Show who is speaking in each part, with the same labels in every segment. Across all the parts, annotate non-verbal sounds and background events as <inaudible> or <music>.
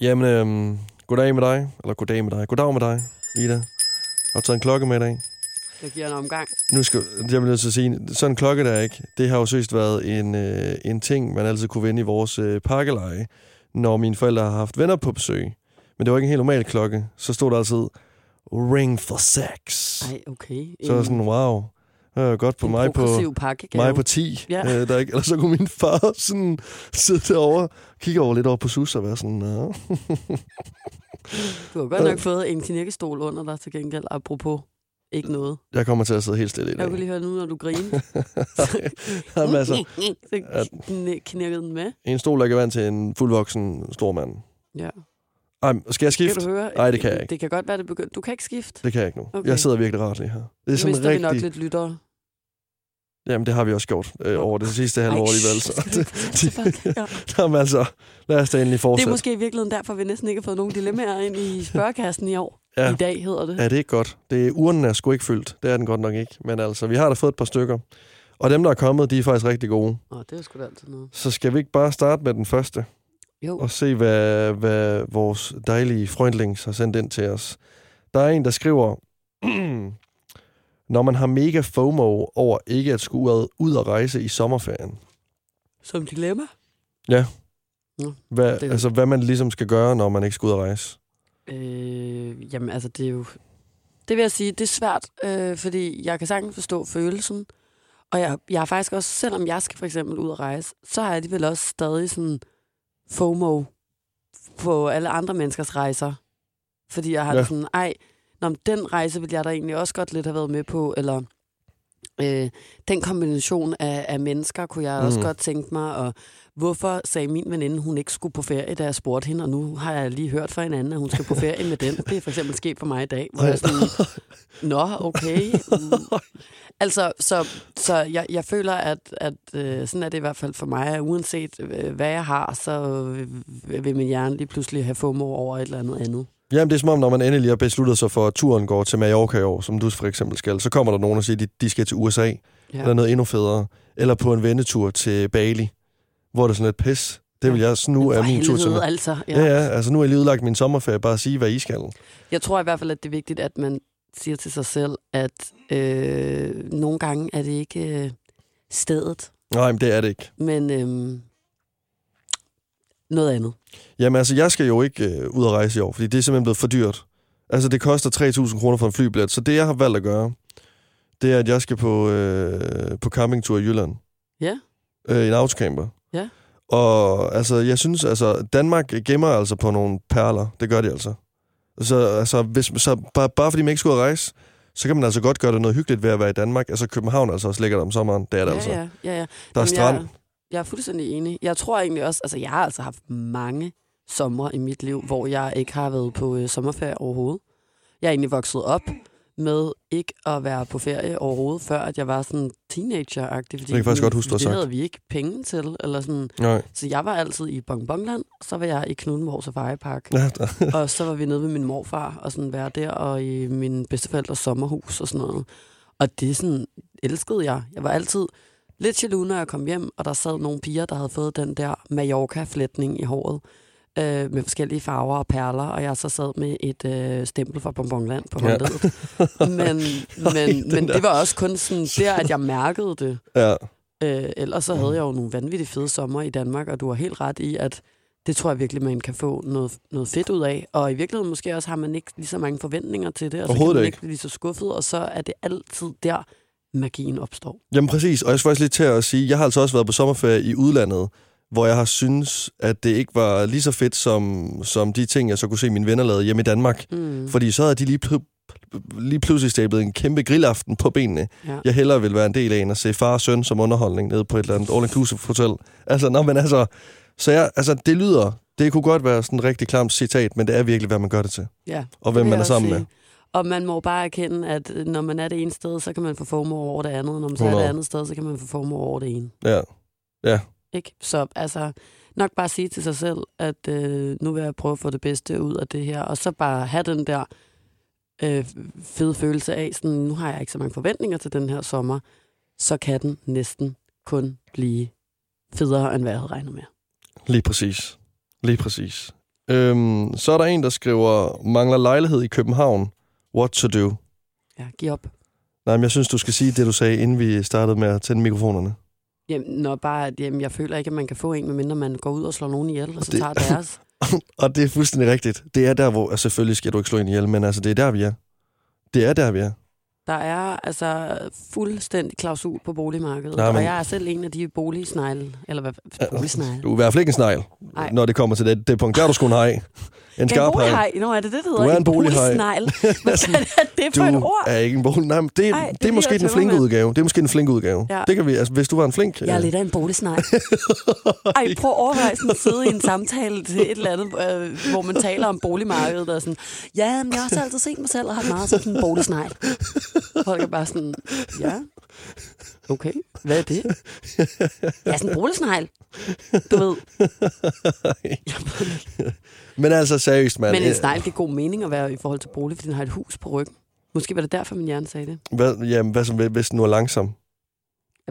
Speaker 1: Jamen, øhm, goddag med dig. Eller goddag med dig. Goddag med dig, Ida. Har du taget en klokke med i dag?
Speaker 2: Det giver en omgang.
Speaker 1: Nu skal jeg bliver nødt til at sige, sådan en klokke der ikke, det har jo søst været en, øh, en ting, man altid kunne vinde i vores øh, pakkeleje, når mine forældre har haft venner på besøg. Men det var ikke en helt normal klokke. Så stod der altid, ring for sex.
Speaker 2: Ej, okay. En,
Speaker 1: Så var jeg sådan, wow, øh, godt på
Speaker 2: en
Speaker 1: mig på,
Speaker 2: progressiv pakkegave.
Speaker 1: mig på 10.
Speaker 2: Ja.
Speaker 1: Ja. Øh, der er ikke, eller så kunne min far sådan sidde derovre, kigge over lidt over på Sus og være sådan, Nå. <laughs>
Speaker 2: Du har
Speaker 1: Øh.
Speaker 2: godt nok fået en knirkestol under dig til gengæld, apropos ikke noget.
Speaker 1: jeg kommer til at sidde helt stille i
Speaker 2: Jeg
Speaker 1: dag. <laughs>
Speaker 2: kunne lige høre nu, når du griner.
Speaker 1: Jamen, altså,
Speaker 2: <laughs> Så kn- knirkede den med.
Speaker 1: en stol, der kan vand til en fuldvoksen stor mand.
Speaker 2: Ja.
Speaker 1: Ej, men skal jeg skifte?
Speaker 2: Kan du høre?
Speaker 1: Nej, det kan jeg ikke.
Speaker 2: Det kan godt være, det begynder. Du kan ikke skifte.
Speaker 1: Det kan jeg ikke nu.
Speaker 2: Okay.
Speaker 1: Okay. Jeg sidder virkelig rart lige her. Det er
Speaker 2: Så
Speaker 1: sådan
Speaker 2: mister rigtig... vi nok
Speaker 1: rigtig...
Speaker 2: lidt lyttere.
Speaker 1: Jamen, det har vi også gjort øh, over det sidste halve
Speaker 2: Ej,
Speaker 1: år alligevel.
Speaker 2: shit, <laughs>
Speaker 1: Så. <laughs>
Speaker 2: skal du ikke fortælle folk? Ja.
Speaker 1: Jamen altså, lad os da endelig
Speaker 2: Det er
Speaker 1: fortsætte.
Speaker 2: måske i virkeligheden derfor, vi næsten ikke har fået nogen dilemmaer ind i spørgekassen i år.
Speaker 1: Ja.
Speaker 2: I dag hedder det.
Speaker 1: Ja, det er ikke godt. Det er, urnen er sgu ikke fyldt. Det er den godt nok ikke. Men altså, vi har da fået et par stykker. Og dem, der er kommet, de er faktisk rigtig gode.
Speaker 2: Åh, det er jo sgu da altid noget.
Speaker 1: Så skal vi ikke bare starte med den første
Speaker 2: Jo.
Speaker 1: og se, hvad, hvad vores dejlige freundlings har sendt ind til os. Der er en, der skriver, når man har mega FOMO over ikke at skulle ud- ud og rejse i sommerferien,
Speaker 2: Som dilemma?
Speaker 1: Hvad,
Speaker 2: Det er-
Speaker 1: altså, hvad man ligesom skal gøre, når man ikke skal ud og rejse.
Speaker 2: Øh, jamen, altså, det er jo... Det vil jeg sige, det er svært, øh, fordi jeg kan sagtens forstå følelsen. Og jeg, jeg har faktisk også, selvom jeg skal for eksempel ud og rejse, så har jeg alligevel også stadig sådan FOMO på alle andre menneskers rejser. Fordi jeg har ja.
Speaker 1: Ja.
Speaker 2: det sådan, ej, nå, men den rejse ville jeg da egentlig også godt lidt have været med på, eller øh, den kombination af, af mennesker kunne jeg mm. også
Speaker 1: Mhm.
Speaker 2: godt tænke mig, og hvorfor sagde min veninde, hun ikke skulle på ferie, da jeg spurgte hende, og nu har jeg lige hørt fra en anden, at hun skal på ferie med den. Det er for eksempel sket for mig i dag, hvor jeg er sådan, nå, okay. Mm. Altså, så, så jeg, jeg føler, at, at øh, sådan er det i hvert fald for mig, uanset øh, hvad jeg har, så øh, vil min hjerne lige pludselig have FOMO over et eller andet andet.
Speaker 1: Jamen, det er som om, når man endelig har besluttet sig for, at turen går til Mallorca i år, som du for eksempel skal, så kommer der nogen og siger, at de, de skal til USA, ja. eller noget endnu federe, eller på en vendetur til Bali, hvor det er sådan lidt pis. Det vil jeg, så nu er
Speaker 2: For
Speaker 1: min tur til...
Speaker 2: helvede, altså.
Speaker 1: Ja, ja, altså nu har jeg lige udlagt min sommerferie, bare at sige, hvad I skal.
Speaker 2: Jeg tror i hvert fald, at det er vigtigt, at man siger til sig selv, at øh, nogle gange er det ikke øh, stedet,
Speaker 1: Nej, men det er det ikke.
Speaker 2: men øh, noget andet.
Speaker 1: Jamen altså, jeg skal jo ikke øh, ud og rejse i år, fordi det er simpelthen blevet for dyrt. Altså, det koster 3.000 kroner for en flybillet, så det, jeg har valgt at gøre, det er, at jeg skal på, øh, på campingtur i Jylland.
Speaker 2: Ja.
Speaker 1: Øh, en autocamper.
Speaker 2: Ja.
Speaker 1: Og altså, jeg synes, altså, Danmark gemmer altså på nogle perler. Det gør de altså. Så, altså, hvis, så bare, bare fordi man ikke skulle ud at rejse, så kan man altså godt gøre det noget hyggeligt ved at være i Danmark. Altså, København er altså også lækkert om sommeren. Det er det
Speaker 2: ja,
Speaker 1: altså.
Speaker 2: ja, ja, ja.
Speaker 1: Der er
Speaker 2: Jamen,
Speaker 1: strand.
Speaker 2: Jeg, jeg er fuldstændig enig. Jeg tror egentlig også, altså jeg har altså haft mange sommer i mit liv, hvor jeg ikke har været på øh, sommerferie overhovedet. Jeg er egentlig vokset op med ikke at være på ferie overhovedet, før at jeg var sådan teenager-agtig. fordi
Speaker 1: kan jeg faktisk
Speaker 2: vi-
Speaker 1: godt huske, du har
Speaker 2: Det
Speaker 1: sagt.
Speaker 2: havde vi ikke penge til, eller sådan.
Speaker 1: Nej.
Speaker 2: Så jeg var altid i Bongbongland, så var jeg i Knudemor Safari Park,
Speaker 1: Ja,
Speaker 2: <laughs> og så var vi nede ved min morfar og sådan være der, og i min bedsteforældres sommerhus og sådan noget. Og det sådan, elskede jeg. Jeg var altid lidt jaloux, når jeg kom hjem, og der sad nogle piger, der havde fået den der Mallorca-flætning i håret øh, med forskellige farver og perler, og jeg så sad med et øh, stempel fra Bonbonland på
Speaker 1: Ja.
Speaker 2: håndledet.
Speaker 1: <laughs>
Speaker 2: Men, men,
Speaker 1: den
Speaker 2: men
Speaker 1: der.
Speaker 2: det var også kun sådan der, at jeg mærkede det.
Speaker 1: ja.
Speaker 2: Øh, ellers så
Speaker 1: Mm.
Speaker 2: havde jeg jo nogle vanvittigt fede sommer i Danmark, og du har helt ret i, at det tror jeg virkelig, man kan få noget, noget fedt ud af. Og i virkeligheden måske også har man ikke lige så mange forventninger til det, og så kan
Speaker 1: Overhovedet
Speaker 2: man
Speaker 1: ikke.
Speaker 2: ikke blive lige så skuffet, og så er det altid der, magien opstår.
Speaker 1: Jamen præcis, og jeg skal faktisk lige til at sige, jeg har altså også været på sommerferie i udlandet, hvor jeg har synes at det ikke var lige så fedt som, som de ting, jeg så kunne se mine venner lavede hjemme i Danmark.
Speaker 2: Mm.
Speaker 1: Fordi så havde de lige, pl- lige pludselig stablet en kæmpe grillaften på benene.
Speaker 2: Ja.
Speaker 1: Jeg hellere ville være en del af end at se far og søn som underholdning nede på et eller andet all-inclusive hotel. Altså, nå, men altså, så jeg, altså, det lyder, det kunne godt være sådan en rigtig klamt citat, men det er virkelig, hvad man gør det til.
Speaker 2: Ja,
Speaker 1: Og hvem
Speaker 2: det vil
Speaker 1: man er
Speaker 2: jeg
Speaker 1: sammen
Speaker 2: også
Speaker 1: med.
Speaker 2: sige. Og man må bare erkende, at øh, når man er det ene sted, så kan man få FOMO over det andet, og når man så er det
Speaker 1: 100.
Speaker 2: andet sted, så kan man få FOMO over det ene.
Speaker 1: Ja.
Speaker 2: Ikke? Så altså, nok bare sige til sig selv, at øh, nu vil jeg prøve at få det bedste ud af det her, og så bare have den der øh, fede følelse af, sådan, nu har jeg ikke så mange forventninger til den her sommer, så kan den næsten kun blive federe, end hvad jeg havde regnet med.
Speaker 1: Lige præcis. Lige præcis. Øhm, så er der en, der skriver, mangler lejlighed i København. What to do?
Speaker 2: Ja, giv op.
Speaker 1: Nej, men jeg synes, du skal sige det, du sagde, inden vi startede med at tænde mikrofonerne. <laughs>
Speaker 2: Jamen, når bare, at, jamen, jeg føler ikke, at man kan få en, medmindre man går ud og slår nogen ihjel, og så
Speaker 1: det-
Speaker 2: tager deres.
Speaker 1: og det er fuldstændig rigtigt. Det er der, hvor... Altså, selvfølgelig skal du ikke slå en ihjel, men altså, det er der, vi er. Det er der, vi er.
Speaker 2: Der er altså fuldstændig klausul på boligmarkedet,
Speaker 1: Nej,
Speaker 2: Nej, men... og
Speaker 1: men-
Speaker 2: jeg er selv en af de boligsnegle, eller hvad, boligsnegle.
Speaker 1: Du er i hvert fald ikke en snegl,
Speaker 2: Nej.
Speaker 1: når det kommer til det, det punkt. Der er du sgu en hej. En
Speaker 2: Ja,
Speaker 1: skarp hej.
Speaker 2: bolighej. Nå, er det det, det hedder?
Speaker 1: er en bolighaj. <laughs>
Speaker 2: boligsnegl. Hvad er det for et
Speaker 1: Du
Speaker 2: ord?
Speaker 1: er ikke en bolig. Nej, men det,
Speaker 2: Ej,
Speaker 1: Ej,
Speaker 2: det
Speaker 1: det, det er måske
Speaker 2: lyder
Speaker 1: den flinke
Speaker 2: tømmermænd.
Speaker 1: udgave. Det er måske den flinke udgave.
Speaker 2: Ja.
Speaker 1: Ja. Det kan vi, altså, hvis du var en flink...
Speaker 2: Jeg er
Speaker 1: øh,
Speaker 2: lidt af en boligsnegl. Ej, prøv at overveje sådan at sidde i en samtale til et eller andet, øh, hvor man taler om boligmarkedet, og sådan, ja, men jeg har også altid set mig selv og har meget sådan en boligsnegl. Folk er bare sådan, ja, okay, hvad er det? Jeg er sådan en boligsnegl, du ved.
Speaker 1: <laughs> Men altså, seriøst, mand.
Speaker 2: Men en
Speaker 1: Øh,
Speaker 2: snegl giver god mening at være i forhold til bolig, fordi den har et hus på ryggen. Måske var det derfor, min hjerne sagde det.
Speaker 1: Hvad, jamen, hvad som, hvis den nu er langsom?
Speaker 2: Jamen,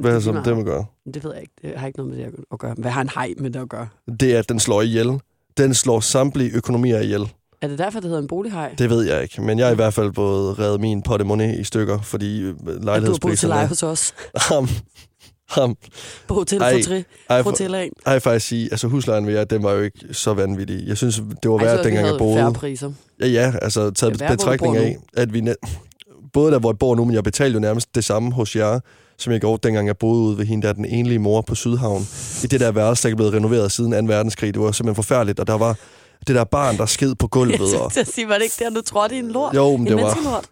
Speaker 1: Hvad
Speaker 2: det, er
Speaker 1: som
Speaker 2: lige
Speaker 1: det,
Speaker 2: meget.
Speaker 1: man gør?
Speaker 2: det ved jeg ikke. Det har ikke noget med det at gøre. Hvad har en hej med det at gøre?
Speaker 1: Det er, at den slår ihjel. Den slår samtlige økonomier ihjel.
Speaker 2: Er det derfor, det hedder en bolighej?
Speaker 1: Det ved jeg ikke, men jeg har i hvert fald både reddet min portemonnaie i stykker, fordi øh,
Speaker 2: At du har boet til
Speaker 1: lejlighedspriserne...
Speaker 2: leje hos os.
Speaker 1: ham, ham.
Speaker 2: På Hotel
Speaker 1: Ej,
Speaker 2: Fortri.
Speaker 1: Ej, for,
Speaker 2: Fortæller en.
Speaker 1: ej, jeg faktisk sige, altså huslejen ved jer, den var jo ikke så vanvittig. Jeg synes, det var
Speaker 2: Ej,
Speaker 1: værd,
Speaker 2: så
Speaker 1: dengang jeg
Speaker 2: havde
Speaker 1: boede.
Speaker 2: færre
Speaker 1: <laughs>
Speaker 2: priser.
Speaker 1: Ja, ja, altså taget
Speaker 2: Det er
Speaker 1: ja,
Speaker 2: værd, hvor du bor
Speaker 1: betragtning af, at vi... Net, både der, hvor jeg bor nu, men jeg betalte jo nærmest det samme hos jer, som jeg gjorde, dengang jeg boede ude ved hende, der er den enlige mor på Sydhavn. I det der værelse, der ikke er blevet renoveret siden 2. verdenskrig. Det var simpelthen forfærdeligt, og der var det der barn, der sked på
Speaker 2: Jeg <laughs>
Speaker 1: gulvet. Og,
Speaker 2: skulle til at sige, var det ikke der, du trådte i en lort?
Speaker 1: jo, men
Speaker 2: en
Speaker 1: det var...
Speaker 2: menneskelort.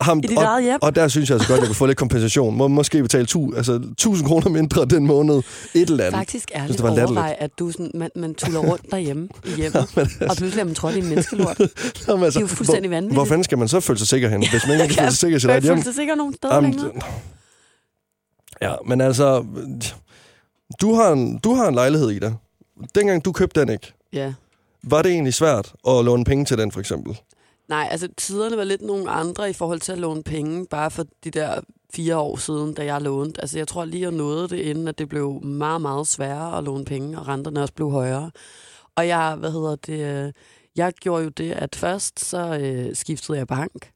Speaker 1: Ham,
Speaker 2: I dit
Speaker 1: og,
Speaker 2: eget hjem?
Speaker 1: og der synes jeg altså godt, at jeg kunne få lidt kompensation. Må, måske betale tu, altså, 1000 kroner mindre den måned. Et eller andet.
Speaker 2: Faktisk ærligt
Speaker 1: det var
Speaker 2: det
Speaker 1: latterligt.
Speaker 2: overvej, at du sådan, man, man tuller rundt derhjemme
Speaker 1: <laughs>
Speaker 2: i hjemmet, og pludselig er man trådt i en menneskelort. Det
Speaker 1: Jamen, <laughs> altså,
Speaker 2: er jo fuldstændig
Speaker 1: hvor,
Speaker 2: vanvittigt.
Speaker 1: hvor fanden skal man så føle sig sikker hen, hvis man ikke kan føle sig sikker i sit
Speaker 2: <laughs>
Speaker 1: eget
Speaker 2: Jeg
Speaker 1: hjem?
Speaker 2: følte sig sikker nogen steder
Speaker 1: Jamen,
Speaker 2: længere.
Speaker 1: ja, men altså, du har, en, du har en lejlighed i dig. Dengang du købte den ikke,
Speaker 2: Ja.
Speaker 1: var det egentlig svært at låne penge til den, for eksempel?
Speaker 2: Nej, altså tiderne var lidt nogle andre i forhold til at låne penge, bare for de der fire år siden, da jeg lånte. Altså jeg tror lige, jeg nåede det, inden at det blev meget, meget sværere at låne penge, og renterne også blev højere. Og jeg, hvad hedder det, øh, jeg gjorde jo det, at først så øh, skiftede jeg bank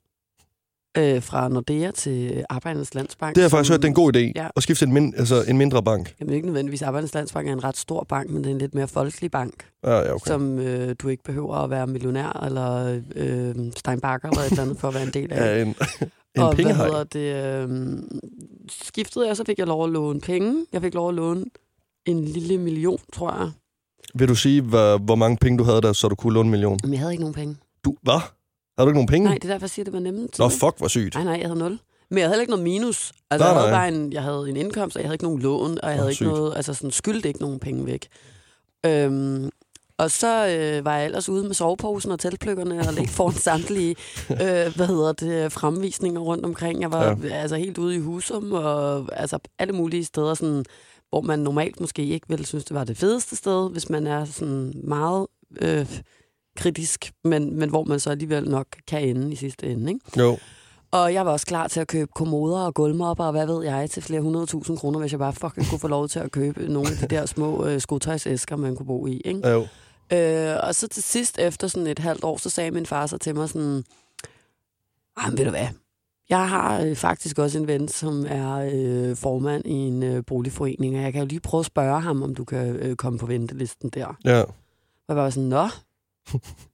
Speaker 2: øh, fra Nordea til Arbejdernes Landsbank.
Speaker 1: Det har jeg faktisk
Speaker 2: som-
Speaker 1: hørt, det er en god idé
Speaker 2: Ja.
Speaker 1: ja. at skifte en, min, altså en mindre bank.
Speaker 2: Jamen ikke nødvendigvis, Arbejdernes Landsbank er en ret stor bank, men det er en lidt mere folkelig bank
Speaker 1: Ja, ja, okay.
Speaker 2: okay. som øh, du ikke behøver at være millionær eller øh, steinbakker eller et eller andet for at være en del af.
Speaker 1: <laughs> Ja, en,
Speaker 2: øh, <laughs> og
Speaker 1: en pengehej.
Speaker 2: hvad hedder det? Øh, skiftede jeg, så fik jeg lov at låne penge. Jeg fik lov at låne en lille million, tror jeg.
Speaker 1: Vil du sige, hvor, hvor mange penge du havde der, så du kunne låne en million?
Speaker 2: Men jeg havde ikke nogen penge.
Speaker 1: Du, hvad? Har du ikke nogen penge?
Speaker 2: Nej, det er derfor, jeg siger, det var nemt.
Speaker 1: Nå, fuck, hvor sygt.
Speaker 2: Nej, nej, jeg havde nul. Men jeg havde heller ikke noget minus. Altså,
Speaker 1: Nej,
Speaker 2: jeg, havde
Speaker 1: nej.
Speaker 2: bare en, jeg havde en indkomst, og jeg havde ikke nogen lån, og jeg havde
Speaker 1: Åh,
Speaker 2: ikke
Speaker 1: sygt.
Speaker 2: noget, altså sådan skyldte ikke nogen penge væk. Øhm, og så øh, var jeg ellers ude med soveposen og teltpløkkerne og ligge
Speaker 1: <laughs>
Speaker 2: foran samtlige øh, hvad hedder det, fremvisninger rundt omkring. Jeg var ja. altså helt ude i husum og altså alle mulige steder, sådan, hvor man normalt måske ikke ville synes, det var det fedeste sted, hvis man er sådan meget øh, kritisk, men, men hvor man så alligevel nok kan ende i sidste ende. Ikke?
Speaker 1: Jo.
Speaker 2: Og jeg var også klar til at købe kommoder og gulvmopper og hvad ved jeg til flere hundrede tusind kroner, hvis jeg bare fucking kunne få lov til at købe nogle af de der små øh, skotøjsæsker, man kunne bo i. Ikke?
Speaker 1: Jo.
Speaker 2: Øh, og så til sidst, efter sådan et halvt år, så sagde min far så til mig sådan, "Ej, men ved du hvad, jeg har øh, faktisk også en ven, som er øh, formand i en øh, boligforening, og jeg kan jo lige prøve at spørge ham, om du kan øh, komme på ventelisten der.
Speaker 1: Ja.
Speaker 2: Og jeg var sådan, nå,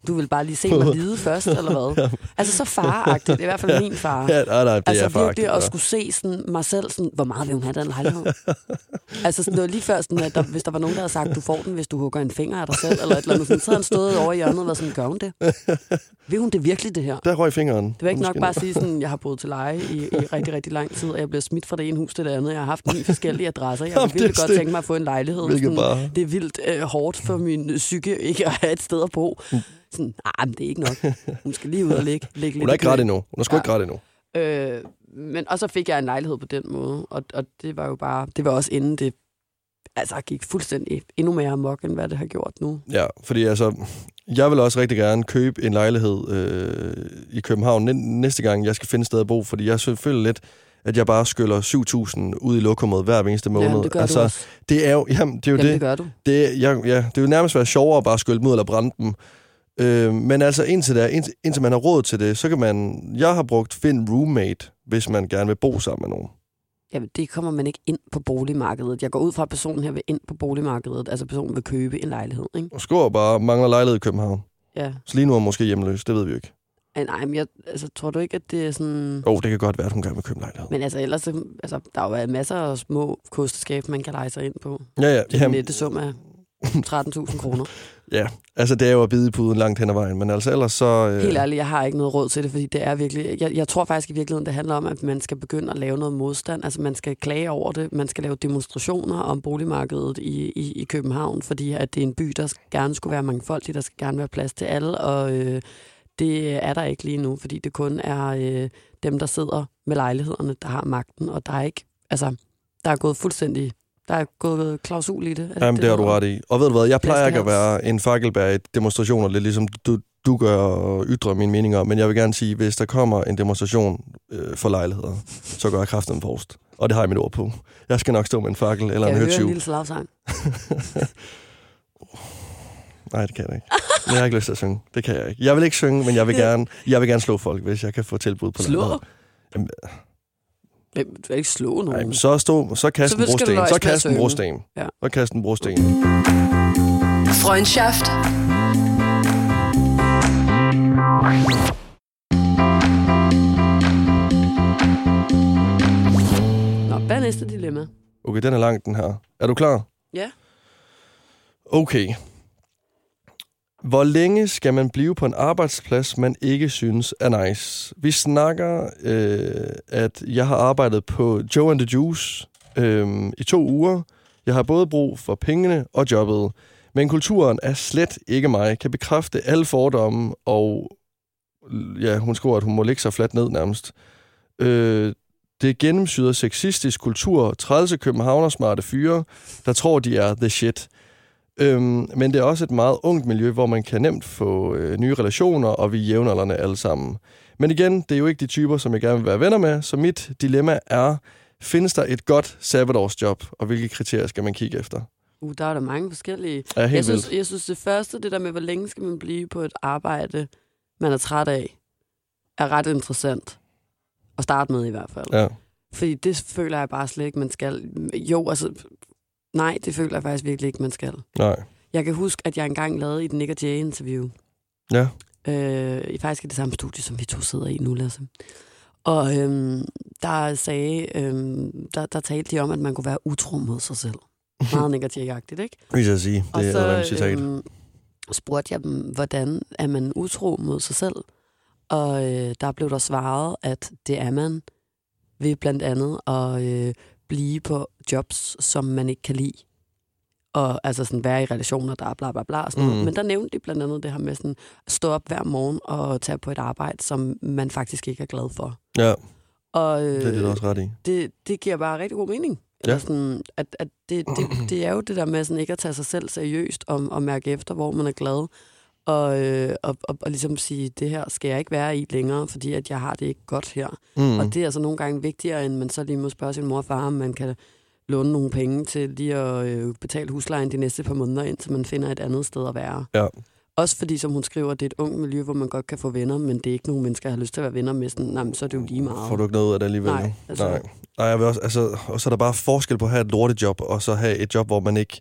Speaker 2: du vil bare lige se mig lide først, eller
Speaker 1: <laughs>
Speaker 2: hvad? Altså så faragtigt, det er i hvert fald min far.
Speaker 1: ja, nej, nej, det
Speaker 2: Altså
Speaker 1: er faktisk.
Speaker 2: virkelig at skulle se sådan, mig selv, sådan, hvor meget vil hun have den
Speaker 1: <laughs>
Speaker 2: lejlighed? altså sådan, det var lige før, sådan, at der, hvis der var nogen, der havde sagt, du får den, hvis du hugger en finger af dig selv, eller et eller andet, sådan, så havde han stået over i hjørnet og været sådan, gør hun det? Vil hun det virkelig, det her?
Speaker 1: Der røg fingeren.
Speaker 2: Det var ikke nok bare at sige sådan, jeg har boet til leje i, i rigtig, rigtig lang tid, og jeg bliver smidt fra det ene hus til det andet. Jeg har haft
Speaker 1: <laughs>
Speaker 2: ni forskellige adresser. Jeg
Speaker 1: Jamen, det er
Speaker 2: ville virkelig godt
Speaker 1: det.
Speaker 2: tænke mig at få en lejlighed.
Speaker 1: Hvilket bare- Mm.
Speaker 2: Det er vildt øh, hårdt for min psyke ikke at have et sted at bo. Sådan, nej, men det er ikke nok. Hun skal lige ud og ligge, ligge lidt.
Speaker 1: Hun er
Speaker 2: i
Speaker 1: ikke ret
Speaker 2: køen."
Speaker 1: endnu. Hun er sgu
Speaker 2: Ja.
Speaker 1: ikke ret endnu.
Speaker 2: Øh, men, og så fik jeg en lejlighed på den måde, og, og det var jo bare, det var også inden det altså gik fuldstændig endnu mere amok, end hvad det har gjort nu.
Speaker 1: Ja, fordi altså, jeg vil også rigtig gerne købe en lejlighed øh, i København næ- næste gang, jeg skal finde et sted at bo, fordi jeg selv føler lidt, at jeg bare skyller 7.000 ud i lokummet hver eneste måned.
Speaker 2: Jamen, det gør
Speaker 1: altså,
Speaker 2: du også.
Speaker 1: det er jo, jamen, det er jo
Speaker 2: Jamen, det
Speaker 1: det.
Speaker 2: gør du.
Speaker 1: Det, jeg, ja, det vil nærmest være sjovere at bare skylle dem ud eller brænde dem. Øh, men altså indtil, der, indtil, indtil man har råd til det, så kan man... Jeg har brugt Find Roommate, hvis man gerne vil bo sammen med nogen.
Speaker 2: Jamen, det kommer man ikke ind på boligmarkedet. Jeg går ud fra, at personen her vil ind på boligmarkedet. Altså, personen vil købe en lejlighed, ikke?
Speaker 1: Og skår bare mangler lejlighed i København.
Speaker 2: Ja.
Speaker 1: Så lige nu er hun måske hjemløs, det ved vi jo ikke.
Speaker 2: Ej, Nej, men jeg, altså, tror du ikke, at det er sådan...
Speaker 1: Åh, oh, det kan godt være, at hun gerne vil købe en lejlighed.
Speaker 2: Men altså, ellers, så- altså, der er jo masser af små kosteskab, man kan lege sig ind på.
Speaker 1: Ja, ja.
Speaker 2: Det er en
Speaker 1: Jamen,
Speaker 2: nette
Speaker 1: <laughs>
Speaker 2: sum af 13.000 kroner.
Speaker 1: altså, det er jo at bide i puden langt hen ad vejen, men altså ellers så... Øh,
Speaker 2: Helt ærligt, jeg har ikke noget råd til det, fordi det er virkelig... Jeg, jeg tror faktisk i virkeligheden, det handler om, at man skal begynde at lave noget modstand. Altså, man skal klage over det. Man skal lave demonstrationer om boligmarkedet i, i, i København, fordi at det er en by, der gerne skulle være mangfoldig, der skal gerne være plads til alle, og øh, det er der ikke lige nu, fordi det kun er øh, dem, der sidder med lejlighederne, der har magten, og der er ikke... Altså, der er gået fuldstændig... Der er gået klausul i Altså, det. Er
Speaker 1: Jamen, det, det har du
Speaker 2: hedder?
Speaker 1: ret i. Og ved du hvad, jeg plejer
Speaker 2: Flaskehals.
Speaker 1: ikke at være en fakkelbær i demonstrationer, lidt ligesom du, du gør og ytrer mine meninger, men jeg vil gerne sige, hvis der kommer en demonstration øh, for lejligheder, så gør jeg kraften forrest. Og det har jeg mit ord på. Jeg skal nok stå med en fakkel eller
Speaker 2: Kan
Speaker 1: en
Speaker 2: jeg høre en
Speaker 1: hørtyv.
Speaker 2: lille slagsang?
Speaker 1: <laughs> Nej, det kan jeg ikke. Men jeg har ikke lyst til at synge. Det kan jeg ikke. Jeg vil ikke synge, men jeg vil gerne, jeg vil gerne slå folk, hvis jeg kan få tilbud på
Speaker 2: Slå?
Speaker 1: Jamen,
Speaker 2: Hvem- Du kan ikke slå nogen.
Speaker 1: Nej, men så, stå, så kast
Speaker 2: Så
Speaker 1: en
Speaker 2: skal du
Speaker 1: brosten.
Speaker 2: nøjes
Speaker 1: Så
Speaker 2: med at
Speaker 1: kast en
Speaker 2: synge.
Speaker 1: brosten.
Speaker 2: Ja.
Speaker 1: Så kast en brosten.
Speaker 3: Freundschaft.
Speaker 2: Nå, hvad er næste dilemma?
Speaker 1: Okay, den er lang, den her. Er du klar?
Speaker 2: Ja.
Speaker 1: Okay. Hvor længe skal man blive på en arbejdsplads, man ikke synes er nice? Vi snakker, øh, at jeg har arbejdet på Joe and the Juice øh, i to uger. Jeg har både brug for pengene og jobbet. Men kulturen er slet ikke mig. Kan bekræfte alle fordomme, og ja, hun skriver, at hun må ligge sig fladt ned nærmest. Øh, det gennemsyder sexistisk kultur, trælse københavner smarte fyre, der tror, de er the shit. Øhm, men det er også et meget ungt miljø, hvor man kan nemt få øh, nye relationer, og vi er jævnaldrende alle sammen. Men igen, det er jo ikke de typer, som jeg gerne vil være venner med, så mit dilemma er, findes der et godt sabbatårsjob, og hvilke kriterier skal man kigge efter?
Speaker 2: Uh, der er der mange forskellige.
Speaker 1: Er helt
Speaker 2: jeg,
Speaker 1: synes...
Speaker 2: synes, jeg synes, det første, det der med, hvor længe skal man blive på et arbejde, man er træt af, er ret interessant. At starte med i hvert fald.
Speaker 1: Ja.
Speaker 2: Fordi det føler jeg bare slet ikke, man skal. Jo, altså... Nej, det føler jeg faktisk virkelig ikke, man skal.
Speaker 1: Nej.
Speaker 2: Jeg kan huske, at jeg engang lavede et Nick og Jay-interview.
Speaker 1: Ja.
Speaker 2: Øh, i- faktisk i det samme studie, som vi to sidder i nu, Lasse. Og øhm, der sagde, øhm, der, der talte de om, at man kunne være utro mod sig selv. Meget Nick og Jay-agtigt, ikke?
Speaker 1: <laughs> Hvis jeg sige, det
Speaker 2: Og
Speaker 1: er så, et citat. Øhm...
Speaker 2: øhm, spurgte jeg dem, hvordan er man utro mod sig selv? Og øh, der blev der svaret, at det er man ved blandt andet at øh, blive på jobs, som man ikke kan lide. Og altså sådan være i relationer, der er bla bla bla. og Sådan
Speaker 1: Mm.
Speaker 2: mm. Men der nævnte de blandt andet det her med sådan, at stå op hver morgen og tage på et arbejde, som man faktisk ikke er glad for.
Speaker 1: Ja,
Speaker 2: Og, øh,
Speaker 1: det er det, du har også ret i.
Speaker 2: det, det giver bare rigtig god mening. Eller
Speaker 1: Ja.
Speaker 2: sådan, at, at det,
Speaker 1: <clears throat>
Speaker 2: det, det er jo det der med sådan ikke at tage sig selv seriøst og, og mærke efter, hvor man er glad. Og, øh, og, og, og ligesom sige, det her skal jeg ikke være i længere, fordi at jeg har det ikke godt her. Mm. Og det er altså nogle gange vigtigere, end man så lige må spørge sin mor og far, om man kan låne nogle penge til lige at øh, betale huslejen de næste par måneder, indtil man finder et andet sted at være.
Speaker 1: Ja.
Speaker 2: Også fordi, som hun skriver, det er et ungt miljø, hvor man godt kan få venner, men det er ikke nogen mennesker, der har lyst til at være venner med. Sådan, nej, men så er det jo lige meget.
Speaker 1: Får du ikke noget ud af det alligevel?
Speaker 2: Nej,
Speaker 1: jo?
Speaker 2: altså-
Speaker 1: Nej. Nej, jeg vil også, altså, og så er der bare forskel på at have et lortejob, og så have et job, hvor man ikke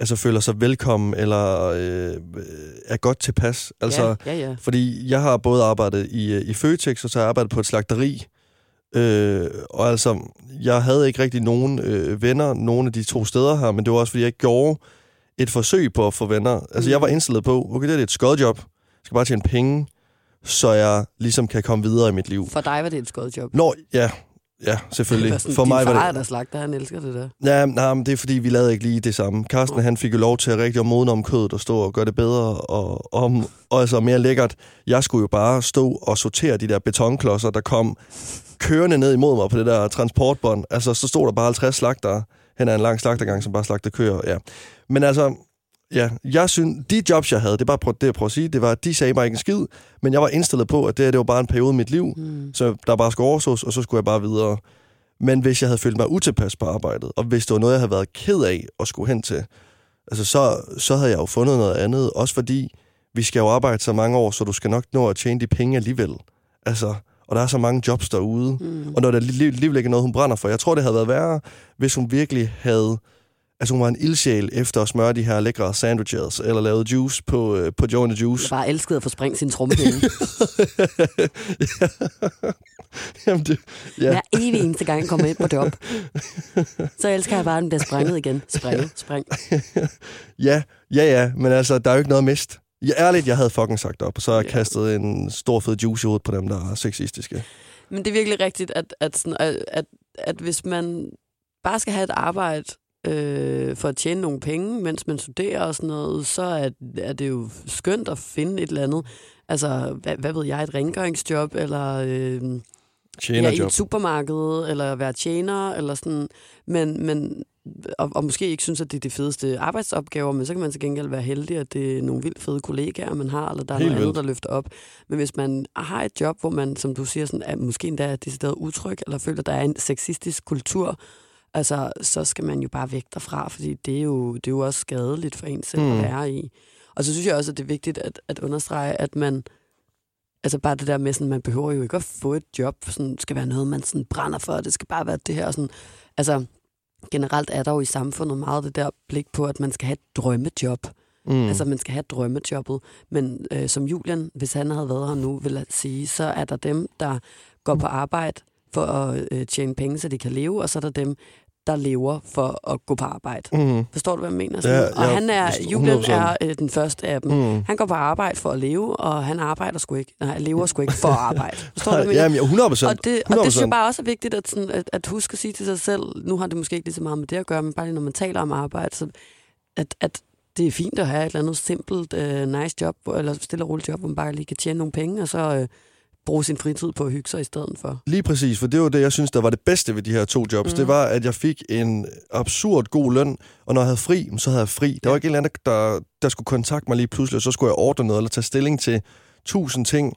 Speaker 1: altså, føler sig velkommen, eller øh, er godt tilpas. Altså, ja.
Speaker 2: ja, ja, ja.
Speaker 1: Fordi jeg har både arbejdet i, øh, i Føtex, og så har jeg arbejdet på et slagteri. Øh, og altså, jeg havde ikke rigtig nogen øh, venner, nogen af de to steder her, men det var også, fordi jeg gjorde et forsøg på at få venner. Altså,
Speaker 2: Mm.
Speaker 1: jeg var indstillet på, okay, det er et skodjob, jeg skal bare tjene penge, så jeg ligesom kan komme videre i mit liv.
Speaker 2: For dig var det et skodjob.
Speaker 1: Nå, ja, ja, selvfølgelig.
Speaker 2: var sådan,
Speaker 1: For
Speaker 2: din
Speaker 1: mig
Speaker 2: far
Speaker 1: var
Speaker 2: er
Speaker 1: det...
Speaker 2: der slagter, han elsker det der.
Speaker 1: Ja, nej, men det er fordi, vi lavede ikke lige det samme. Carsten, han fik jo lov til at rigtig modne om kødet og stå og gøre det bedre og, om, og altså mere lækkert. Jeg skulle jo bare stå og sortere de der betonklodser, der kom kørende ned imod mig på det der transportbånd. Altså, så stod der bare 50 slagter hen ad en lang slagtergang, som bare slagter køer, ja. Men altså, ja, jeg synes, de jobs, jeg havde, det var bare det, jeg prøver at sige, det var, at de sagde mig ikke en skid, men jeg var indstillet på, at det her, det var bare en periode i mit liv,
Speaker 2: Mm.
Speaker 1: så der bare skulle oversås, og så skulle jeg bare videre. Men hvis jeg havde følt mig utilpas på arbejdet, og hvis det var noget, jeg havde været ked af at skulle hen til, altså så, så havde jeg jo fundet noget andet. Også fordi, vi skal jo arbejde så mange år, så du skal nok nå at tjene de penge alligevel. Altså, og der er så mange jobs derude. Mm. Og når der li- alligevel ikke er noget, hun brænder for. Jeg tror, det havde været værre, hvis hun virkelig havde... Altså, hun var en ildsjæl efter at smøre de her lækre sandwiches, eller lavede juice på, øh, på Joe and the Juice.
Speaker 2: Jeg bare elskede at få sprængt sin trompinde.
Speaker 1: Jamen, det, <laughs> <laughs>
Speaker 2: Ja.
Speaker 1: ja.
Speaker 2: Hver evig eneste gang, jeg kommer ind på job. Så elsker jeg bare, at den bliver sprænget igen. Springe, spring.
Speaker 1: ja, ja, ja, men altså, der er jo ikke noget mist. Ja, ærligt, jeg havde fucking sagt op, og så har jeg
Speaker 2: Ja.
Speaker 1: kastet en stor fed juice i hovedet på dem, der er sexistiske.
Speaker 2: Men det er virkelig rigtigt, at, at, sådan, at, at, at hvis man bare skal have et arbejde øh, for at tjene nogle penge, mens man studerer og sådan noget, så er, er det jo skønt at finde et eller andet. Altså, hvad, hvad ved jeg, et rengøringsjob, eller øh, ja, i
Speaker 1: Tjenerjob.
Speaker 2: et supermarked, eller være tjener, eller sådan. Men, men og, og måske ikke synes, at det er de fedeste arbejdsopgaver, men så kan man til gengæld være heldig, at det er nogle vildt fede kollegaer, man har, eller der er
Speaker 1: Helt
Speaker 2: noget andet,
Speaker 1: vildt.
Speaker 2: der løfter op. Men hvis man har et job, hvor man, som du siger, sådan, er måske endda er decideret utryg, eller føler, at der er en sexistisk kultur, altså, så skal man jo bare væk derfra, fordi det er jo, det er jo også skadeligt for en selv mm. at være i. Og så synes jeg også, at det er vigtigt at, at understrege, at man, altså bare det der med, sådan, man behøver jo ikke at få et job, sådan, det skal være noget, man sådan brænder for, det skal bare være det her, og sådan, altså, generelt er der jo i samfundet meget det der blik på, at man skal have et drømmejob. Mm. Altså, man skal have drømmejobbet. Men øh, som Julian, hvis han havde været her nu, vil jeg sige, så er der dem, der går på arbejde for at øh, tjene penge, så de kan leve, og så er der dem, der lever for at gå på arbejde.
Speaker 1: Mm.
Speaker 2: Forstår du, hvad jeg mener?
Speaker 1: Ja,
Speaker 2: Sådan, og
Speaker 1: ja,
Speaker 2: han er,
Speaker 1: forstår-
Speaker 2: Julian
Speaker 1: 100%.
Speaker 2: er øh, den første af dem. Mm. Han går på arbejde for at leve, og han arbejder sgu ikke. Nej, lever sgu ikke for at arbejde. Forstår du, hvad jeg mener?
Speaker 1: Jamen, ja, 100
Speaker 2: Og det, og det synes
Speaker 1: 100%.
Speaker 2: jeg bare også er vigtigt at, sådan, at, at huske at sige til sig selv, nu har det måske ikke lige så meget med det at gøre, men bare lige når man taler om arbejde, så at, at det er fint at have et eller andet simpelt, øh, nice job, hvor- eller stille og roligt job, hvor man bare lige kan tjene nogle penge, og så øh, bruge sin fritid på at hygge sig i stedet for.
Speaker 1: Lige præcis, for det var det, jeg synes, der var det bedste ved de her to jobs. Mm. Det var, at jeg fik en absurd god løn, og når jeg havde fri, så havde jeg fri. Der var ikke en eller anden, der, der skulle kontakte mig lige pludselig, og så skulle jeg ordne noget eller tage stilling til tusind ting.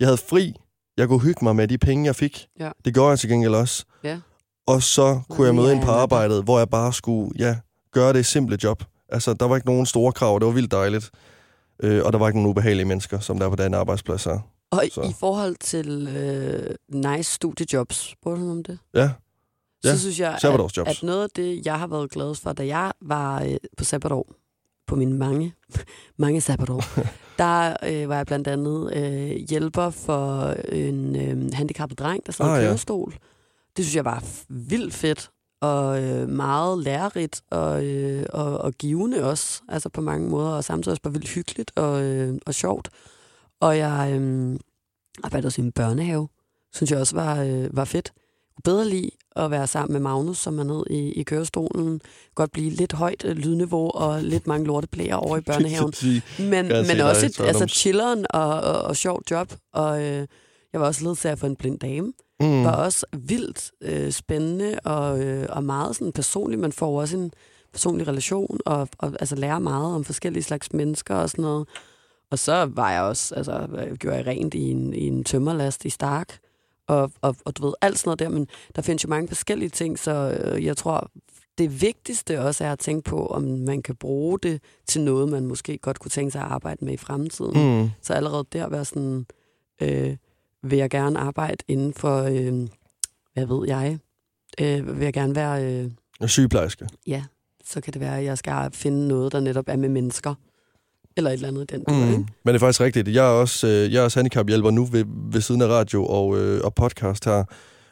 Speaker 1: Jeg havde fri. Jeg kunne hygge mig med de penge, jeg fik.
Speaker 2: Ja.
Speaker 1: Det gjorde jeg til gengæld også.
Speaker 2: Ja.
Speaker 1: Og så kunne jeg møde
Speaker 2: ja,
Speaker 1: ind på
Speaker 2: ja.
Speaker 1: arbejdet, hvor jeg bare skulle ja, gøre det simple job. Altså, der var ikke nogen store krav, det var vildt dejligt. Øh, og der var ikke nogen ubehagelige mennesker, som der er på den arbejdsplads her.
Speaker 2: Og
Speaker 1: Så.
Speaker 2: så. i forhold til øh, nice studiejobs, spurgte hun om det?
Speaker 1: Ja, Ja,
Speaker 2: så synes jeg, at,
Speaker 1: sabbatårsjobs.
Speaker 2: at noget af det, jeg har været gladest for, da jeg var øh, på sabbatår, på mine mange, <laughs> mange
Speaker 1: <laughs>
Speaker 2: sabbatår, der øh, var jeg blandt andet øh, hjælper for en øh, handicappet dreng, der sad
Speaker 1: Ah,
Speaker 2: i
Speaker 1: ja.
Speaker 2: kørestol. Det synes jeg var f- vildt fedt, og øh, meget lærerigt og, øh, og, og givende også, altså på mange måder, og samtidig også bare vildt hyggeligt og, øh, og sjovt. Og jeg øh, arbejdede også i en børnehave, synes jeg også var, øh, var fedt. Kunne bedre lide at være sammen med Magnus, som er ned i, i kørestolen. Godt blive lidt højt øh, lydniveau og lidt mange lorteblæer over i
Speaker 1: <laughs>
Speaker 2: børnehaven. Men,
Speaker 1: jeg se
Speaker 2: men
Speaker 1: dig
Speaker 2: også
Speaker 1: i
Speaker 2: et
Speaker 1: Tottenhams.
Speaker 2: altså, chilleren og, og, og sjovt job. Og øh, jeg var også ledsager for en blind dame.
Speaker 1: Mm.
Speaker 2: Mm. Var også vildt øh, spændende og, øh, og meget sådan personlig. Man får jo også en personlig relation og, og altså, lærer meget om forskellige slags mennesker og sådan noget. Og så var jeg også, altså, øh, gjorde jeg rent i en, i en tømmerlast i Stark. Og, og, og du ved, alt sådan noget der, men der findes jo mange forskellige ting, så øh, jeg tror, det vigtigste også er at tænke på, om man kan bruge det til noget, man måske godt kunne tænke sig at arbejde med i fremtiden.
Speaker 1: Mm.
Speaker 2: Så allerede der være sådan, øh, vil jeg gerne arbejde inden for, øh, hvad ved jeg, øh, vil jeg gerne være, øh,
Speaker 1: Og Sygeplejerske.
Speaker 2: ja, så kan det være, at jeg skal finde noget, der netop er med mennesker. Eller et eller andet i den. dur,
Speaker 1: Mm.
Speaker 2: ikke?
Speaker 1: Men det er faktisk rigtigt. Jeg er også, øh, jeg er også handicaphjælper nu ved, ved siden af radio og, øh, og podcast her.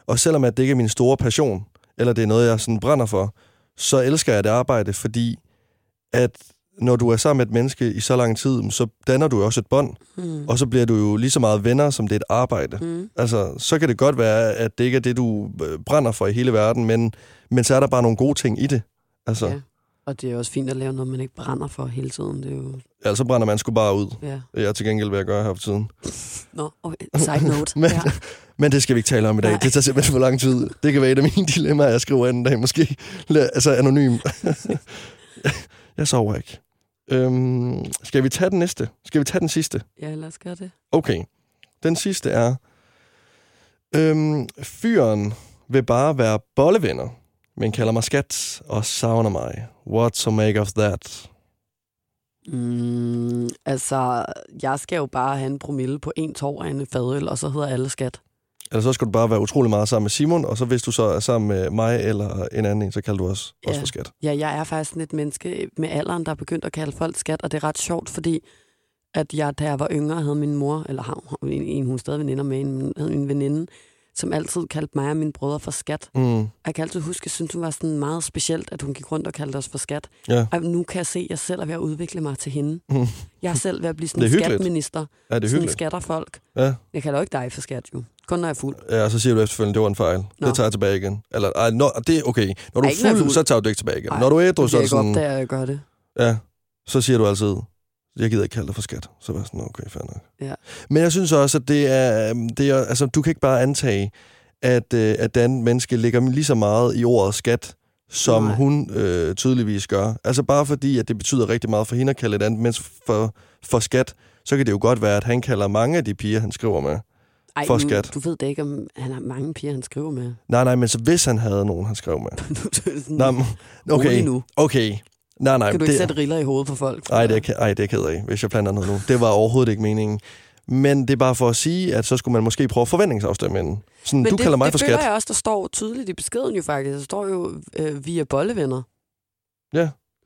Speaker 1: Og selvom at det ikke er min store passion, eller det er noget, jeg sådan brænder for, så elsker jeg det arbejde, fordi at når du er sammen med et menneske i så lang tid, så danner du jo også et bånd,
Speaker 2: Mm.
Speaker 1: og så bliver du jo lige så meget venner, som det er et arbejde.
Speaker 2: Mm.
Speaker 1: Altså, så kan det godt være, at det ikke er det, du øh, brænder for i hele verden, men, men så er der bare nogle gode ting i det. Altså,
Speaker 2: Ja. Og det er også fint at lave noget, man ikke brænder for hele tiden. Det er jo,
Speaker 1: ellers så brænder man sgu bare ud.
Speaker 2: ja.
Speaker 1: Jeg er til gengæld ved at gøre her på tiden.
Speaker 2: Nå, og <laughs> side note.
Speaker 1: Men-
Speaker 2: ja.
Speaker 1: Men det skal vi ikke tale om i dag.
Speaker 2: Nej.
Speaker 1: Det tager simpelthen for lang tid. Det kan være et af mine dilemmaer, jeg skriver anden dag måske. La- Altså anonym. <laughs> jeg sover ikke. Øhm, skal vi tage den næste? Skal vi tage den sidste?
Speaker 2: ja, lad os gøre det.
Speaker 1: Okay. Den sidste er... Øhm, fyren vil bare være bollevenner, men kalder mig skat og savner mig. What to make of that?
Speaker 2: Mm, altså, jeg skal jo bare have en promille på en tår af en fadøl, og så hedder alle skat.
Speaker 1: Eller så skal du bare være utrolig meget sammen med Simon, og så hvis du så er sammen med mig eller en anden en, så kalder du også, ja. også for skat.
Speaker 2: Ja, jeg er faktisk sådan et menneske med alderen, der er begyndt at kalde folk skat, og det er ret sjovt, fordi at jeg, da jeg var yngre, havde min mor, eller har hun- en, en hun stadig veninder med, en, havde en veninde, som altid kaldte mig og mine brødre for skat.
Speaker 1: Mm.
Speaker 2: Jeg kan altid huske, jeg synes, det var sådan meget specielt, at hun gik rundt og kaldte os for skat.
Speaker 1: Ja.
Speaker 2: Og nu kan jeg se, at jeg selv er ved at udvikle mig til
Speaker 1: <laughs>
Speaker 2: hende.
Speaker 1: Mm.
Speaker 2: Jeg er selv ved at blive
Speaker 1: Det
Speaker 2: sådan
Speaker 1: er
Speaker 2: en
Speaker 1: hyggeligt.
Speaker 2: skatminister.
Speaker 1: Er det er
Speaker 2: sådan
Speaker 1: hyggeligt?
Speaker 2: skatter folk.
Speaker 1: Ja.
Speaker 2: Jeg kalder jo ikke dig for skat, jo. Kun når jeg er fuld.
Speaker 1: ja, og så siger du efterfølgende, det var en fejl. Nå.
Speaker 2: Nå.
Speaker 1: Det tager jeg tilbage igen. Eller, ej, nå, det er okay. Når du
Speaker 2: Ej,
Speaker 1: er
Speaker 2: ikke når
Speaker 1: fuld,
Speaker 2: jeg er
Speaker 1: fuld,
Speaker 2: fuld.
Speaker 1: så tager du det ikke tilbage igen.
Speaker 2: Ej,
Speaker 1: når du er ædru,
Speaker 2: Det
Speaker 1: så er
Speaker 2: er
Speaker 1: det
Speaker 2: ikke
Speaker 1: sådan...
Speaker 2: opdager, at jeg gør det.
Speaker 1: Ja, så siger du altid, jeg gider ikke kalde dig for skat. Så var jeg sådan, okay, fair nok.
Speaker 2: Ja.
Speaker 1: Men jeg synes også, at det er, øhm, det er, altså, du kan ikke bare antage, at, øh, at det andet menneske ligger lige så meget i ordet skat, som Nej.
Speaker 2: Nej.
Speaker 1: hun øh, tydeligvis gør. Altså bare fordi, at det betyder rigtig meget for hende at kalde et andet menneske for, for skat, så kan det jo godt være, at han kalder mange af de piger, han skriver med.
Speaker 2: Ej,
Speaker 1: For
Speaker 2: men
Speaker 1: skat.
Speaker 2: Du ved da ikke, om han har mange piger, han skriver med. <laughs>
Speaker 1: Nej, nej, men så hvis han havde nogen, han skrev med.
Speaker 2: nu er det sådan,
Speaker 1: Nej, men- <laughs>
Speaker 2: rolig
Speaker 1: okay,
Speaker 2: nu.
Speaker 1: okay. Nej, nej.
Speaker 2: Kan du ikke
Speaker 1: det-
Speaker 2: sætte riller i hovedet på folk?
Speaker 1: Ej, det er, jeg- ej, det er jeg ked af, hvis jeg planter noget nu. Det var overhovedet ikke meningen. Men det er bare for at sige, at så skulle man måske prøve at forventningsafstemme inden. Sådan,
Speaker 2: Men
Speaker 1: du
Speaker 2: det,
Speaker 1: kalder mig
Speaker 2: det
Speaker 1: for
Speaker 2: føler
Speaker 1: skat.
Speaker 2: jeg også, der står tydeligt i beskeden jo faktisk. Der står jo, øh, vi er bollevenner.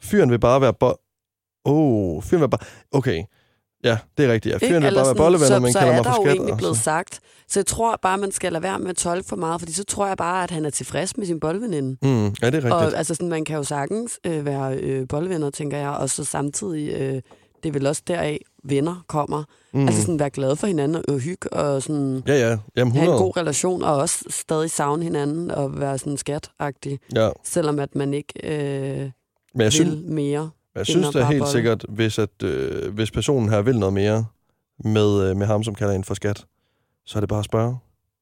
Speaker 1: Fyren vil bare være bo... Oh, fyren vil bare... Okay. Ja, det er rigtigt. Ja. Fyren vil
Speaker 2: Eller
Speaker 1: bare være bollevenner,
Speaker 2: sådan, så,
Speaker 1: men
Speaker 2: så
Speaker 1: kalder
Speaker 2: er
Speaker 1: mig
Speaker 2: der
Speaker 1: for
Speaker 2: jo
Speaker 1: skat. altså.
Speaker 2: egentlig
Speaker 1: og
Speaker 2: blevet
Speaker 1: så-
Speaker 2: sagt. Så jeg tror bare, man skal lade være med at tolke for meget, fordi så tror jeg bare, at han er tilfreds med sin bolleveninde.
Speaker 1: Mm, ja, det er rigtigt.
Speaker 2: Og altså sådan, man kan jo sagtens øh, være øh, bollevenner, tænker jeg, og så samtidig, øh, det er vel også deraf, venner kommer.
Speaker 1: mm.
Speaker 2: Mm. Altså sådan være glade for hinanden og hygge og sådan
Speaker 1: ja, ja. Jamen, 100.
Speaker 2: have en god relation og også stadig savne hinanden og være sådan skatagtig,
Speaker 1: Ja.
Speaker 2: selvom at man ikke øh,
Speaker 1: Men jeg
Speaker 2: vil
Speaker 1: synes,
Speaker 2: mere.
Speaker 1: jeg
Speaker 2: end
Speaker 1: synes
Speaker 2: at
Speaker 1: da
Speaker 2: bare
Speaker 1: helt
Speaker 2: bolle.
Speaker 1: sikkert, hvis, at, øh, hvis personen her vil noget mere med, øh, med ham, som kalder en for skat, så er det bare at spørge.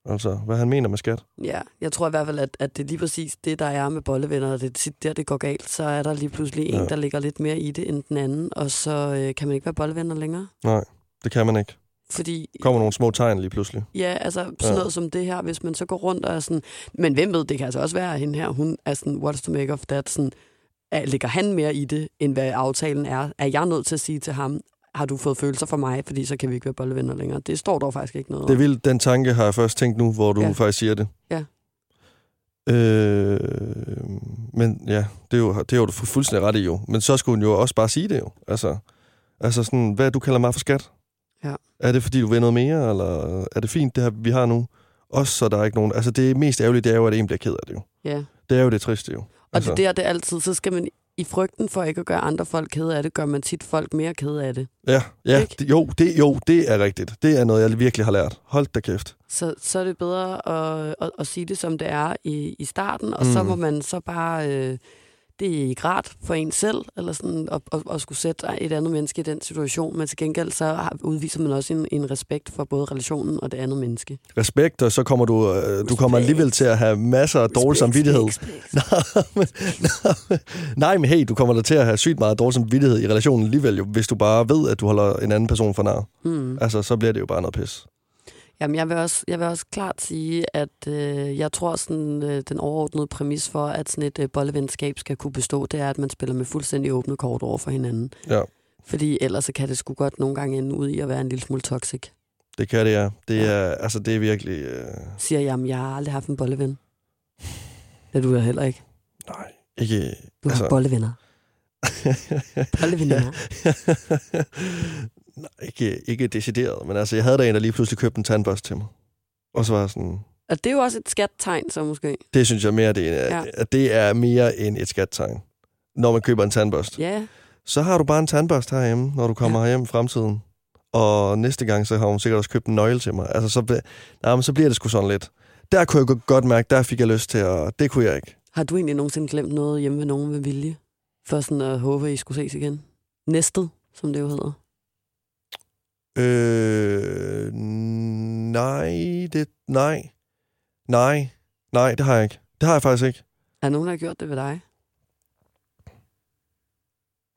Speaker 1: Altså, hvad han mener med skat.
Speaker 2: Ja, jeg tror i hvert fald, at, at det er lige præcis det, der er med bollevenner, og det er tit der, det går galt, så er der lige pludselig ja.
Speaker 1: Ja.
Speaker 2: en, der ligger lidt mere i det end den anden, og så øh, kan man ikke være bollevenner længere.
Speaker 1: Det kan man ikke.
Speaker 2: Fordi
Speaker 1: Kommer nogle små tegn lige pludselig.
Speaker 2: Ja, altså sådan
Speaker 1: Ja.
Speaker 2: noget som det her, hvis man så går rundt og er sådan... Men hvem ved, det kan altså også være, at hende her, hun er sådan, what's to make of that, sådan, er, ligger han mere i det, end hvad aftalen er? Er jeg nødt til at sige til ham, har du fået følelser for mig, fordi så kan vi ikke være bollevenner længere? Det står dog faktisk ikke noget
Speaker 1: Det er
Speaker 2: om.
Speaker 1: vildt, den tanke har jeg først tænkt nu, hvor du ja.
Speaker 2: Ja.
Speaker 1: faktisk siger det.
Speaker 2: Ja.
Speaker 1: Øh, men ja, det er, jo, det er jo du fu- fuldstændig ret i jo. Men så skulle hun jo også bare sige det jo. Altså, altså sådan, hvad du kalder mig for skat?
Speaker 2: Ja.
Speaker 1: Er det, fordi du vil noget mere, eller er det fint, det her, vi har nu? Også så der er ikke nogen... Altså, det mest ærgerlige, det er jo, at en bliver ked af det jo.
Speaker 2: Ja.
Speaker 1: Det er jo det triste jo. Altså,
Speaker 2: Og det er der, det er altid, så skal man i frygten for ikke at gøre andre folk kede af det, gør man tit folk mere kede af det.
Speaker 1: Ja, ja
Speaker 2: Ikke?
Speaker 1: det, jo, det, jo, det er rigtigt. Det er noget, jeg virkelig har lært. Hold da kæft.
Speaker 2: Så, så er det bedre at, at, at sige det, som det er i, i starten, og mm. så
Speaker 1: Mm.
Speaker 2: må man så bare... Øh, det er ikke rart for en selv, eller sådan, at, at, at skulle sætte et andet menneske i den situation, men til gengæld så har- udviser man også en, en respekt for både relationen og det andet menneske.
Speaker 1: respekt, og så kommer du, øh, du kommer alligevel til at have masser af dårlig samvittighed. <laughs> Nej, men- nej, men- <laughs> Nej, men hey, du kommer da til at have sygt meget dårlig samvittighed i relationen alligevel, jo, hvis du bare ved, at du holder en anden person for nar.
Speaker 2: Mm.
Speaker 1: Altså, så bliver det jo bare noget pis.
Speaker 2: Jamen, jeg vil, også, jeg vil også klart sige, at øh, jeg tror, sådan øh, den overordnede præmis for, at sådan et øh, bollevenskab skal kunne bestå, det er, at man spiller med fuldstændig åbne kort over for hinanden.
Speaker 1: Ja.
Speaker 2: Fordi ellers så kan det sgu godt nogle gange ende ud i at være en lille smule toxic.
Speaker 1: Det kan det, ja. Det
Speaker 2: Ja.
Speaker 1: er, altså, det er virkelig... Øh,
Speaker 2: Siger jeg, at jeg har aldrig haft en bolleven. Det er du da heller ikke.
Speaker 1: nej, ikke...
Speaker 2: Du har
Speaker 1: Altså-
Speaker 2: altså... bollevenner. Bollevenner.
Speaker 1: <laughs> nej, ikke, ikke decideret, men altså, jeg havde da en, der lige pludselig købte en tandbørste til mig. Og så var jeg sådan...
Speaker 2: Og det er jo også et skattegn, så måske.
Speaker 1: Det synes jeg mere, det er, ja.
Speaker 2: Ja.
Speaker 1: at det er mere end et skattegn, når man køber en tandbørste.
Speaker 2: Ja,
Speaker 1: så har du bare en tandbørst herhjemme, når du kommer ja. hjem i fremtiden. Og næste gang, så har hun sikkert også købt en nøgle til mig. Altså, så, bl- nej, men så bliver det sgu sådan lidt. Der kunne jeg go- godt mærke, der fik jeg lyst til, og det kunne jeg ikke.
Speaker 2: har du egentlig nogensinde glemt noget hjemme ved nogen med vilje? For sådan at håbe, at I skulle ses igen. Næstet, som det jo hedder.
Speaker 1: Øh, nej, det, nej, nej, nej, det har jeg ikke. Det har jeg faktisk ikke.
Speaker 2: Er der nogen, der har gjort det ved dig?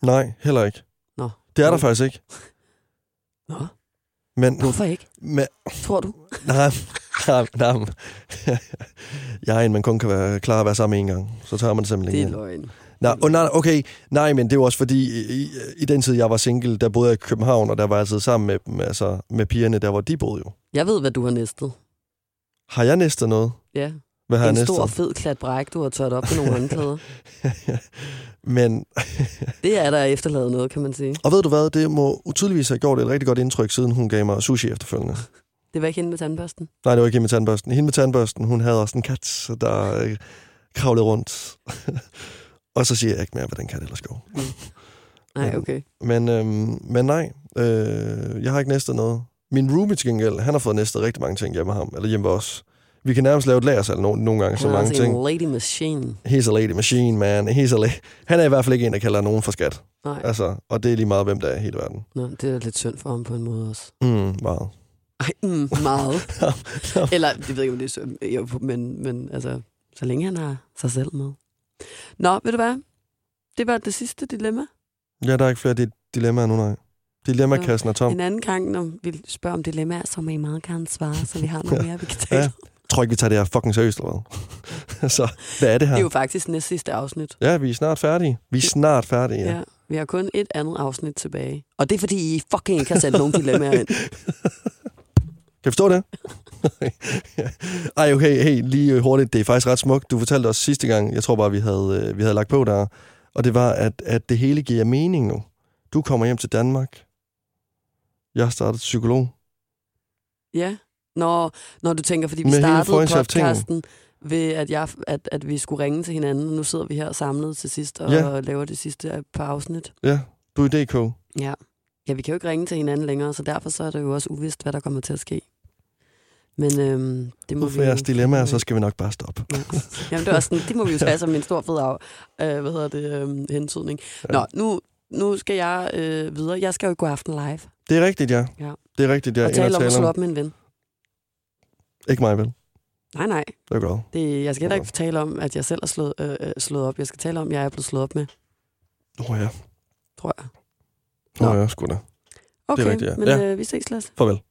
Speaker 1: Nej, heller ikke.
Speaker 2: Nå.
Speaker 1: Det er der
Speaker 2: Okay.
Speaker 1: faktisk ikke.
Speaker 2: Nå,
Speaker 1: Men,
Speaker 2: hvorfor ikke?
Speaker 1: men
Speaker 2: Tror du?
Speaker 1: nej, nej, nej. Jeg er en, man kun kan være klar at være sammen en gang. Så tager man det simpelthen
Speaker 2: Det er
Speaker 1: igen.
Speaker 2: løgn.
Speaker 1: Nej, oh, nej, okay. Nej, men det var også fordi, i, i- i den tid, jeg var single, der boede jeg i København, og der var jeg altid sammen med dem, altså med pigerne, der hvor de boede jo.
Speaker 2: Jeg ved, hvad du har næstet.
Speaker 1: Har jeg næstet noget?
Speaker 2: Ja,
Speaker 1: Hvad har
Speaker 2: en
Speaker 1: jeg
Speaker 2: stor
Speaker 1: næstet?
Speaker 2: fed klat bræk, du har tørt op med nogle
Speaker 1: <laughs>
Speaker 2: håndklæder.
Speaker 1: Men,
Speaker 2: Det er der efterladet noget, kan man sige.
Speaker 1: og ved du hvad, det må utydeligvis have gjort et rigtig godt indtryk, siden hun gav mig sushi efterfølgende.
Speaker 2: Det var ikke hende med tandbørsten.
Speaker 1: Nej, det var ikke hende med tandbørsten. Hende med tandbørsten, hun havde også en kat, der øh, kravlede rundt. <laughs> og så siger jeg ikke mere, hvordan kan det ellers gå.
Speaker 2: Nej,
Speaker 1: Ja.
Speaker 2: okay.
Speaker 1: Men, øhm, men nej, øh, jeg har ikke næstet noget. Min roomie til gengæld, han har fået næstet rigtig mange ting hjemme af ham, eller hjemme ved os. Vi kan nærmest lave et lagersal no- nogle gange, så
Speaker 2: Han er
Speaker 1: mange
Speaker 2: altså
Speaker 1: ting.
Speaker 2: en lady machine.
Speaker 1: He's a lady machine, man. He's a la- <laughs> han er i hvert fald ikke en, der kalder nogen for skat.
Speaker 2: Nej,
Speaker 1: Altså, og det er lige meget, hvem der er i hele verden.
Speaker 2: Nå, det er lidt synd for ham på en måde også.
Speaker 1: Mm, meget.
Speaker 2: Ej, mm,
Speaker 1: <laughs>
Speaker 2: meget. Eller, det ved jeg ikke, om det er synd, jo, men, men altså, så længe han har sig selv med. Nå, ved du hvad? Det var det sidste dilemma.
Speaker 1: Ja, der er ikke flere di- dilemmaer nu, nej. Dilemmakassen er tom.
Speaker 2: En anden gang, når vi spørger om dilemmaer, så må I meget gerne svare, så vi har noget mere, vi kan
Speaker 1: <laughs>
Speaker 2: tale
Speaker 1: Ja.
Speaker 2: om.
Speaker 1: Tror ikke, vi tager det her fucking seriøst, eller hvad? <laughs> så, hvad er det
Speaker 2: Det er
Speaker 1: her?
Speaker 2: jo faktisk næst sidste afsnit.
Speaker 1: Ja, vi er snart færdige. Vi er snart færdige, ja.
Speaker 2: Ja. Vi har kun et andet afsnit tilbage. Og det er, fordi I fucking ikke har sat nogen dilemmaer ind.
Speaker 1: Kan du forstå det? Ej, okay, hey, lige øh, hurtigt. Det er faktisk ret smukt. Du fortalte os sidste gang, jeg tror bare, vi havde, øh, vi havde lagt på der, og det var, at, at det hele giver mening nu. Du kommer hjem til Danmark. Jeg har startet psykolog.
Speaker 2: <laughs> Ja. Når, når du tænker, fordi vi
Speaker 1: Med hele
Speaker 2: startede
Speaker 1: Freundschaft-tingen.
Speaker 2: podcasten ved, at, jeg, at, at vi skulle ringe til hinanden, og nu sidder vi her samlet til sidst og
Speaker 1: Ja.
Speaker 2: ja. laver det sidste par afsnit.
Speaker 1: Ja, du er i DK.
Speaker 2: Ja. Ja, vi kan jo ikke ringe til hinanden længere, så derfor så er det jo også uvist, hvad der kommer til at ske. Men øhm, det må
Speaker 1: Ud
Speaker 2: vi
Speaker 1: fra
Speaker 2: jo...
Speaker 1: jeres dilemmaer, så skal vi nok bare stoppe.
Speaker 2: <laughs> Ja. Jamen, det, er også sådan, det må <laughs> vi jo tage som en stor fed af, øh, hvad hedder det, øhm, hentydning. Nå, nu, nu skal jeg øh, videre. Jeg skal jo i god aften live
Speaker 1: Det er rigtigt, ja.
Speaker 2: Ja.
Speaker 1: Det er rigtigt, ja.
Speaker 2: og
Speaker 1: Ind
Speaker 2: tale om at slå
Speaker 1: tale
Speaker 2: op med en ven.
Speaker 1: Ikke mig, vel?
Speaker 2: Nej, nej.
Speaker 1: Det er godt.
Speaker 2: Det, jeg skal heller ikke fortælle om, at jeg selv er slået, øh, øh, slået op. Jeg skal tale om, at jeg er blevet slået op med,
Speaker 1: Åh oh, ja.
Speaker 2: tror jeg.
Speaker 1: Åh
Speaker 2: Nå.
Speaker 1: oh, ja, sgu da.
Speaker 2: Okay,
Speaker 1: rigtigt, ja.
Speaker 2: men
Speaker 1: Ja.
Speaker 2: Øh, vi ses, Lasse.
Speaker 1: Farvel.